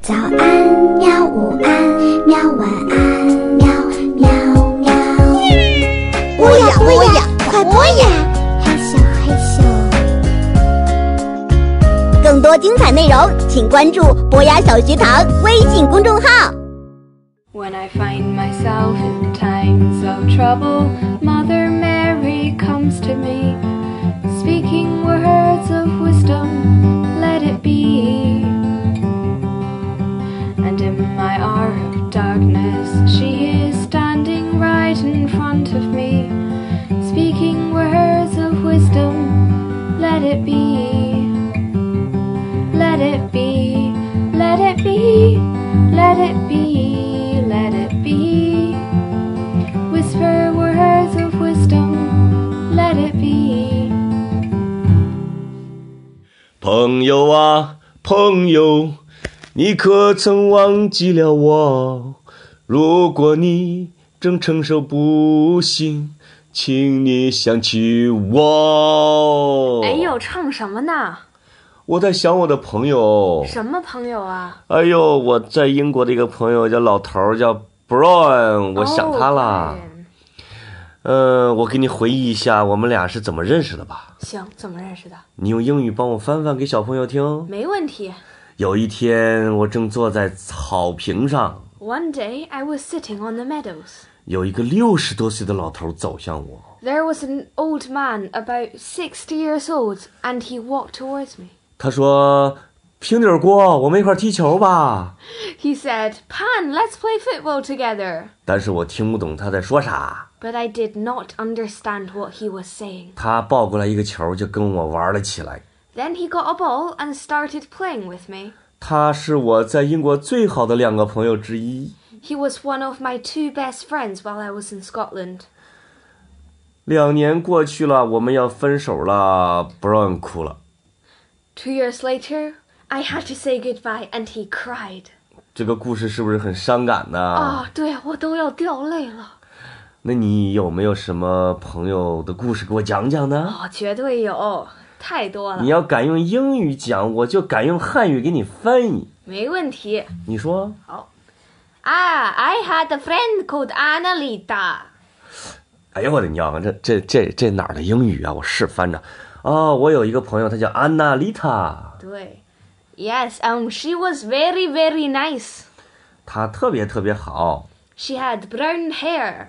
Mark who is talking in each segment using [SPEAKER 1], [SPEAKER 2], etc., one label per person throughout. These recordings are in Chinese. [SPEAKER 1] 早安，喵！午安，喵！晚安，喵！喵喵。播呀播呀，快播呀！害羞害羞。
[SPEAKER 2] 更多精彩内容，请关注博雅小学堂微信公众号。
[SPEAKER 3] When I find myself in times of trouble, Mother Mary comes to me, speaking words of wisdom, let it be. And in my hour of darkness, she is standing right in front of me, speaking words of wisdom, let it be. Let it be, let it be, let it be, let it be. Whisper words of wisdom, let it be.
[SPEAKER 4] 朋友啊，朋友，你可曾忘记了我？如果你正承受不幸，请你想起我。
[SPEAKER 5] 哎，呦，唱什么呢？
[SPEAKER 4] 我在想我的朋友。
[SPEAKER 5] 什么朋友啊？
[SPEAKER 4] 哎呦，我在英国的一个朋友叫老头儿，叫 Brown，我想他
[SPEAKER 5] 哦
[SPEAKER 4] 啦。
[SPEAKER 5] Brian
[SPEAKER 4] 嗯、我给你回忆一下我们俩是怎么认识的吧。
[SPEAKER 5] 行，怎么认识的？
[SPEAKER 4] 你用英语帮我翻翻给小朋友听。
[SPEAKER 5] 没问题。
[SPEAKER 4] 有一天，我正坐在草坪上，
[SPEAKER 5] One day I was sitting on the meadows.
[SPEAKER 4] 有一个六十多岁的老头走向我。
[SPEAKER 5] There was an old man about sixty years old, and he walked towards me.
[SPEAKER 4] 他说：“平底儿锅，我们一块儿踢球吧。
[SPEAKER 5] He said, "Pan, let's play football together." ”
[SPEAKER 4] 但是我听不懂他在说啥。
[SPEAKER 5] But I did not understand what he was saying.
[SPEAKER 4] 他抱过来一个球，就跟我玩了起来。
[SPEAKER 5] Then he got a ball and started playing with me.
[SPEAKER 4] 他是我在英国最好的两个朋友之一。
[SPEAKER 5] He was one of my two best friends while I was in Scotland.
[SPEAKER 4] 两年过去了，我们要分手了。Brown 哭了。
[SPEAKER 5] Two years later, I had to say goodbye, and he cried. Ah,
[SPEAKER 4] 这个故事是不是很伤感呢？
[SPEAKER 5] 啊，对我都要掉泪了。
[SPEAKER 4] 那你有没有什么朋友的故事给我讲讲呢？
[SPEAKER 5] 哦，绝对有，太多了
[SPEAKER 4] 你，要敢用英语讲，我就敢用汉语给你翻译。
[SPEAKER 5] 没问题。
[SPEAKER 4] 你说
[SPEAKER 5] 啊，I Ah, had a friend called Annalita。：“
[SPEAKER 4] 哎呦我的娘啊，这这这这哪儿的英语啊？我是翻着。哦，我有一个朋友，她叫安娜丽塔，
[SPEAKER 5] 对，Yes, um, she was very, very nice.
[SPEAKER 4] 她特别特别好，
[SPEAKER 5] She had brown hair,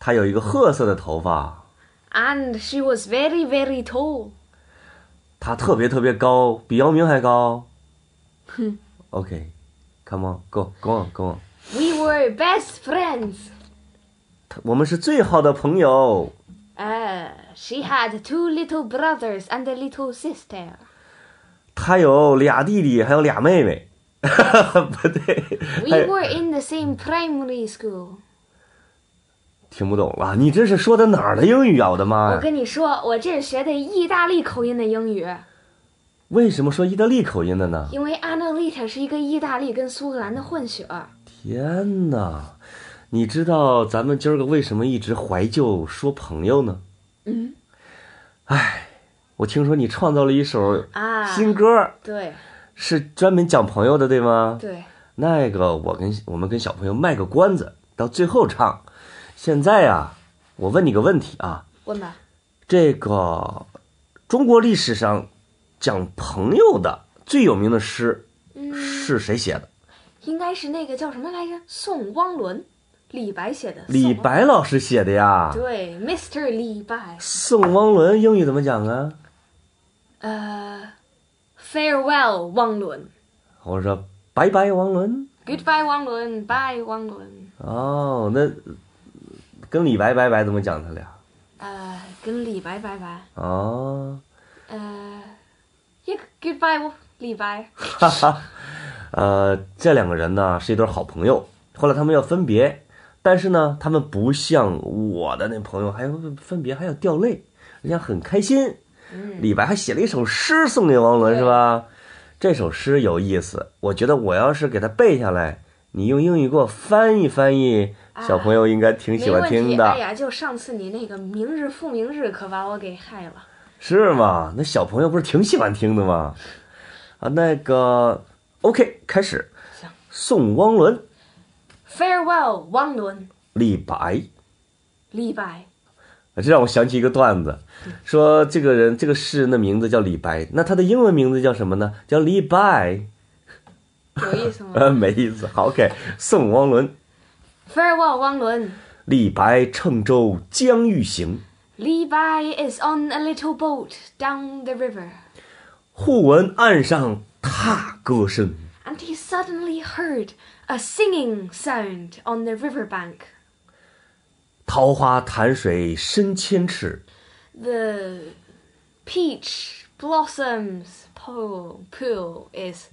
[SPEAKER 4] 她有一个褐色的头发，
[SPEAKER 5] and she was very, very tall.
[SPEAKER 4] 她特别特别高，比姚明还高。OK，come、on, go go on go on，
[SPEAKER 5] We were best friends.
[SPEAKER 4] 她我们是最好的朋友。
[SPEAKER 5] Uh, she had two little brothers and a little sister.
[SPEAKER 4] 她有俩弟弟，还有俩妹妹。 不对，哎还
[SPEAKER 5] We
[SPEAKER 4] 有
[SPEAKER 5] were in the same primary school.
[SPEAKER 4] 听不懂了。你这是说的哪儿的英语啊？我的妈
[SPEAKER 5] 我
[SPEAKER 4] 呀！
[SPEAKER 5] 跟你说，我这是学的意大利口音的英语，
[SPEAKER 4] 为什么说意大利口音的呢？
[SPEAKER 5] 因为 Annalita 是一个意大利跟苏格兰的混血。
[SPEAKER 4] 天哪！你知道咱们今儿个为什么一直怀旧说朋友呢？
[SPEAKER 5] 嗯，
[SPEAKER 4] 我听说你创造了一首
[SPEAKER 5] 啊，
[SPEAKER 4] 新歌，
[SPEAKER 5] 对
[SPEAKER 4] 是专门讲朋友的，对吗？
[SPEAKER 5] 对，
[SPEAKER 4] 那个我跟我们跟小朋友卖个关子，到最后唱。现在呀、我问你个问题啊，
[SPEAKER 5] 问吧，
[SPEAKER 4] 这个中国历史上讲朋友的最有名的诗
[SPEAKER 5] 嗯
[SPEAKER 4] 是谁写的？
[SPEAKER 5] 应该是那个叫什么来着？宋汪伦，李白写的。
[SPEAKER 4] 李
[SPEAKER 5] 宋汪。
[SPEAKER 4] 白老师写的呀。
[SPEAKER 5] 对，Mr. 李白。
[SPEAKER 4] 宋汪伦英语怎么讲啊？
[SPEAKER 5] 呃，Farewell 汪伦
[SPEAKER 4] 我说拜拜，王伦。
[SPEAKER 5] ，Goodbye 汪伦，Bye 汪伦。
[SPEAKER 4] 哦，那跟李白拜拜怎么讲？他俩
[SPEAKER 5] 呃，跟李白拜拜。
[SPEAKER 4] 哦，
[SPEAKER 5] 呃，也 Uh, Goodbye 李白。
[SPEAKER 4] 哈哈， 呃，这两个人呢是一对好朋友，后来他们要分别，但是呢，他们不像我的那朋友，还要分别还要掉泪，人家很开心。
[SPEAKER 5] 嗯
[SPEAKER 4] 李白还写了一首诗送给王伦，是吧？这首诗有意思，我觉得我要是给他背下来，你用英语给我翻译翻译，小朋友应该挺喜
[SPEAKER 5] 啊没
[SPEAKER 4] 欢
[SPEAKER 5] 问
[SPEAKER 4] 听
[SPEAKER 5] 题，
[SPEAKER 4] 的。
[SPEAKER 5] 哎呀，就上次你那个明日复明日，可把我给害了。
[SPEAKER 4] 是吗？那小朋友不是挺喜欢听的吗？啊，那个 OK，开始。送汪伦，
[SPEAKER 5] Farewell, Wang Lun,
[SPEAKER 4] 李白。
[SPEAKER 5] Li Bai.
[SPEAKER 4] 这让我想起一个段子，说这个人这个诗人的名字叫李白，那他的英文名字叫什么呢？叫李白。
[SPEAKER 5] 有意 思吗
[SPEAKER 4] 呃，没意思。好，OK，送汪伦，
[SPEAKER 5] ？Farewell, Wang Lun.
[SPEAKER 4] 李白乘舟将欲行，
[SPEAKER 5] Li Bai is on a little boat down the river,
[SPEAKER 4] 忽闻岸上踏歌声。
[SPEAKER 5] and he suddenly heard a singing sound on the river bank.
[SPEAKER 4] 桃花潭水深千尺，
[SPEAKER 5] The peach blossoms pool, pool is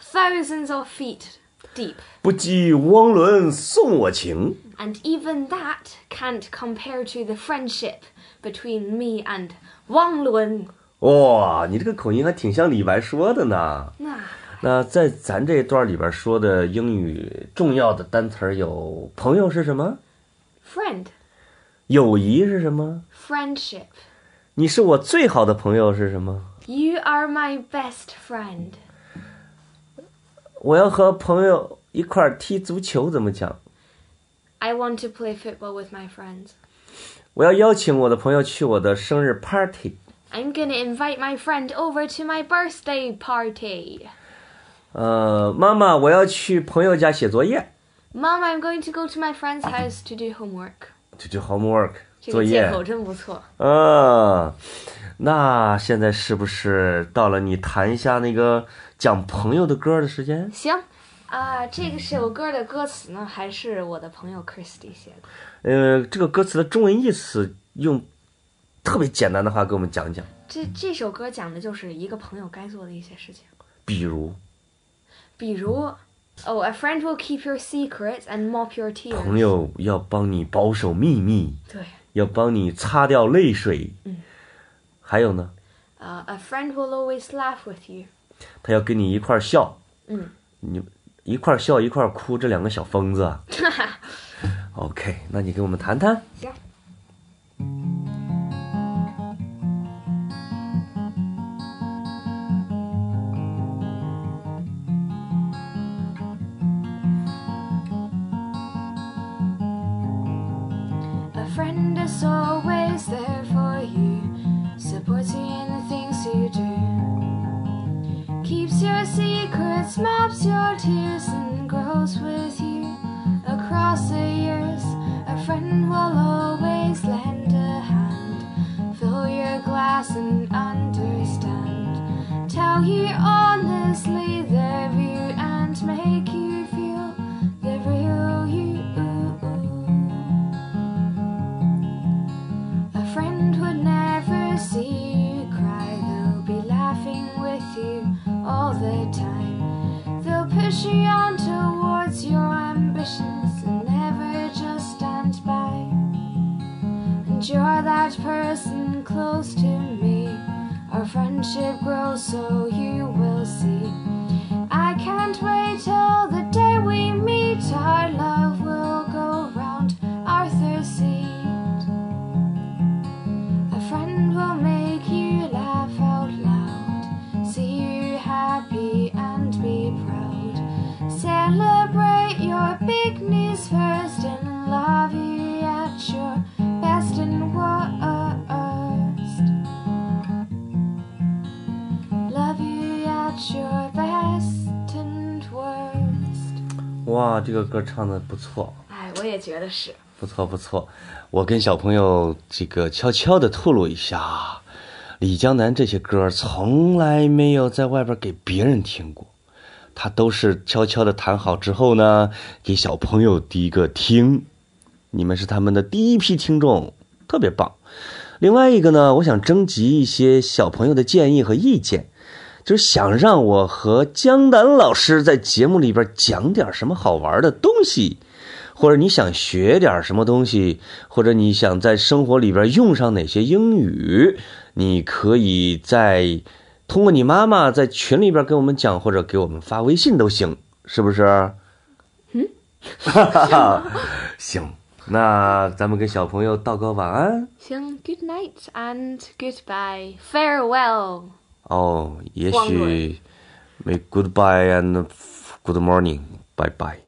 [SPEAKER 5] thousands of feet deep,
[SPEAKER 4] 不及汪伦送我情。
[SPEAKER 5] and even that can't compare to the friendship between me and Wang Lun.
[SPEAKER 4] 哇，你这个口音还挺像李白说的呢。
[SPEAKER 5] Ah,
[SPEAKER 4] 那在咱这一段里边说的英语重要的单词儿有朋友是什么？
[SPEAKER 5] friend,
[SPEAKER 4] 友谊是什么？
[SPEAKER 5] friendship.
[SPEAKER 4] 你是我最好的朋友是什么？
[SPEAKER 5] You are my best friend.
[SPEAKER 4] 我要和朋友一块儿踢足球怎么讲？
[SPEAKER 5] I want to play football with my friends.
[SPEAKER 4] 我要邀请我的朋友去我的生日 party。
[SPEAKER 5] I'm gonna invite my friend over to my birthday party.
[SPEAKER 4] 呃，妈妈，我要去朋友家写作业。
[SPEAKER 5] Mom, I'm going to go to my friend's house to do homework.
[SPEAKER 4] 就就 homework
[SPEAKER 5] 这
[SPEAKER 4] 作
[SPEAKER 5] 个借
[SPEAKER 4] 业。
[SPEAKER 5] 口真不错。
[SPEAKER 4] 嗯，那现在是不是到了你弹一下那个讲朋友的歌的时间？
[SPEAKER 5] 行，啊、这个首歌的歌词呢，还是我的朋友 Christy 写的。
[SPEAKER 4] 呃，这个歌词的中文意思用特别简单的话给我们讲讲，
[SPEAKER 5] 这这首歌讲的就是一个朋友该做的一些事情，
[SPEAKER 4] 比如
[SPEAKER 5] 比如，Oh, a friend will keep your secrets and mop your tears。
[SPEAKER 4] 朋，友要帮你保守秘密，
[SPEAKER 5] 对，
[SPEAKER 4] 要帮你擦掉泪水。
[SPEAKER 5] 嗯，
[SPEAKER 4] 还有呢，
[SPEAKER 5] 啊、a friend will always laugh with you。
[SPEAKER 4] 他要跟你一块儿笑，
[SPEAKER 5] 嗯，
[SPEAKER 4] 你一块儿笑一块儿哭，这两个小疯子 啊。OK，那你给我们谈谈。
[SPEAKER 5] 行。A friend is always there for you, supports you in the things you do. Keeps your secrets, mops your tears, and grows with you across the years. A friend will always lend a hand, fill your glass and understand. Tell you honestly their view and make you feel the real you. A friend would never see you cry, they'll be laughing with you all the time. They'll push you on towards your ambitions and never just stand by. And you're that person close to me. Our friendship grows, so you will see. I can't wait till the day we meet. Our love will go round Arthur's Seat. A friend will make you laugh out loud, see you happy and be proud. Celebrate your big news first and love you at your best and worst. Love you at your best and worst.
[SPEAKER 4] 哇，这个歌唱的不错。
[SPEAKER 5] 哎，我也觉得是。
[SPEAKER 4] 不错不错，我跟小朋友这个悄悄的透露一下，李江南这些歌从来没有在外边给别人听过，他都是悄悄的弹好之后呢，给小朋友第一个听。你们是他们的第一批听众，特别棒。另外一个呢，我想征集一些小朋友的建议和意见，就是想让我和江南老师在节目里边讲点什么好玩的东西。或者你想学点什么东西，或者你想在生活里边用上哪些英语，你可以在通过你妈妈在群里边跟我们讲，或者给我们发微信都行，是不是？嗯， 行，那咱们跟小朋友道个晚安。
[SPEAKER 5] 行，Good night and goodbye, farewell.
[SPEAKER 4] 哦，也
[SPEAKER 5] 光
[SPEAKER 4] 许
[SPEAKER 5] 棍
[SPEAKER 4] May goodbye and good morning. Bye bye.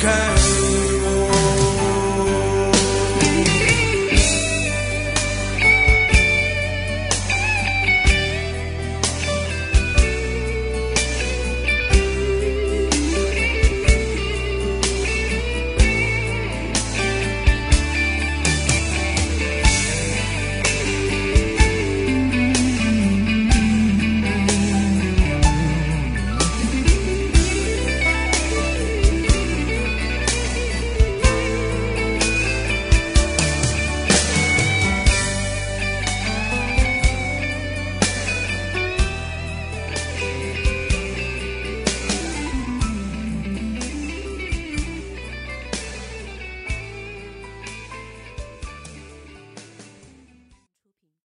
[SPEAKER 6] Kind.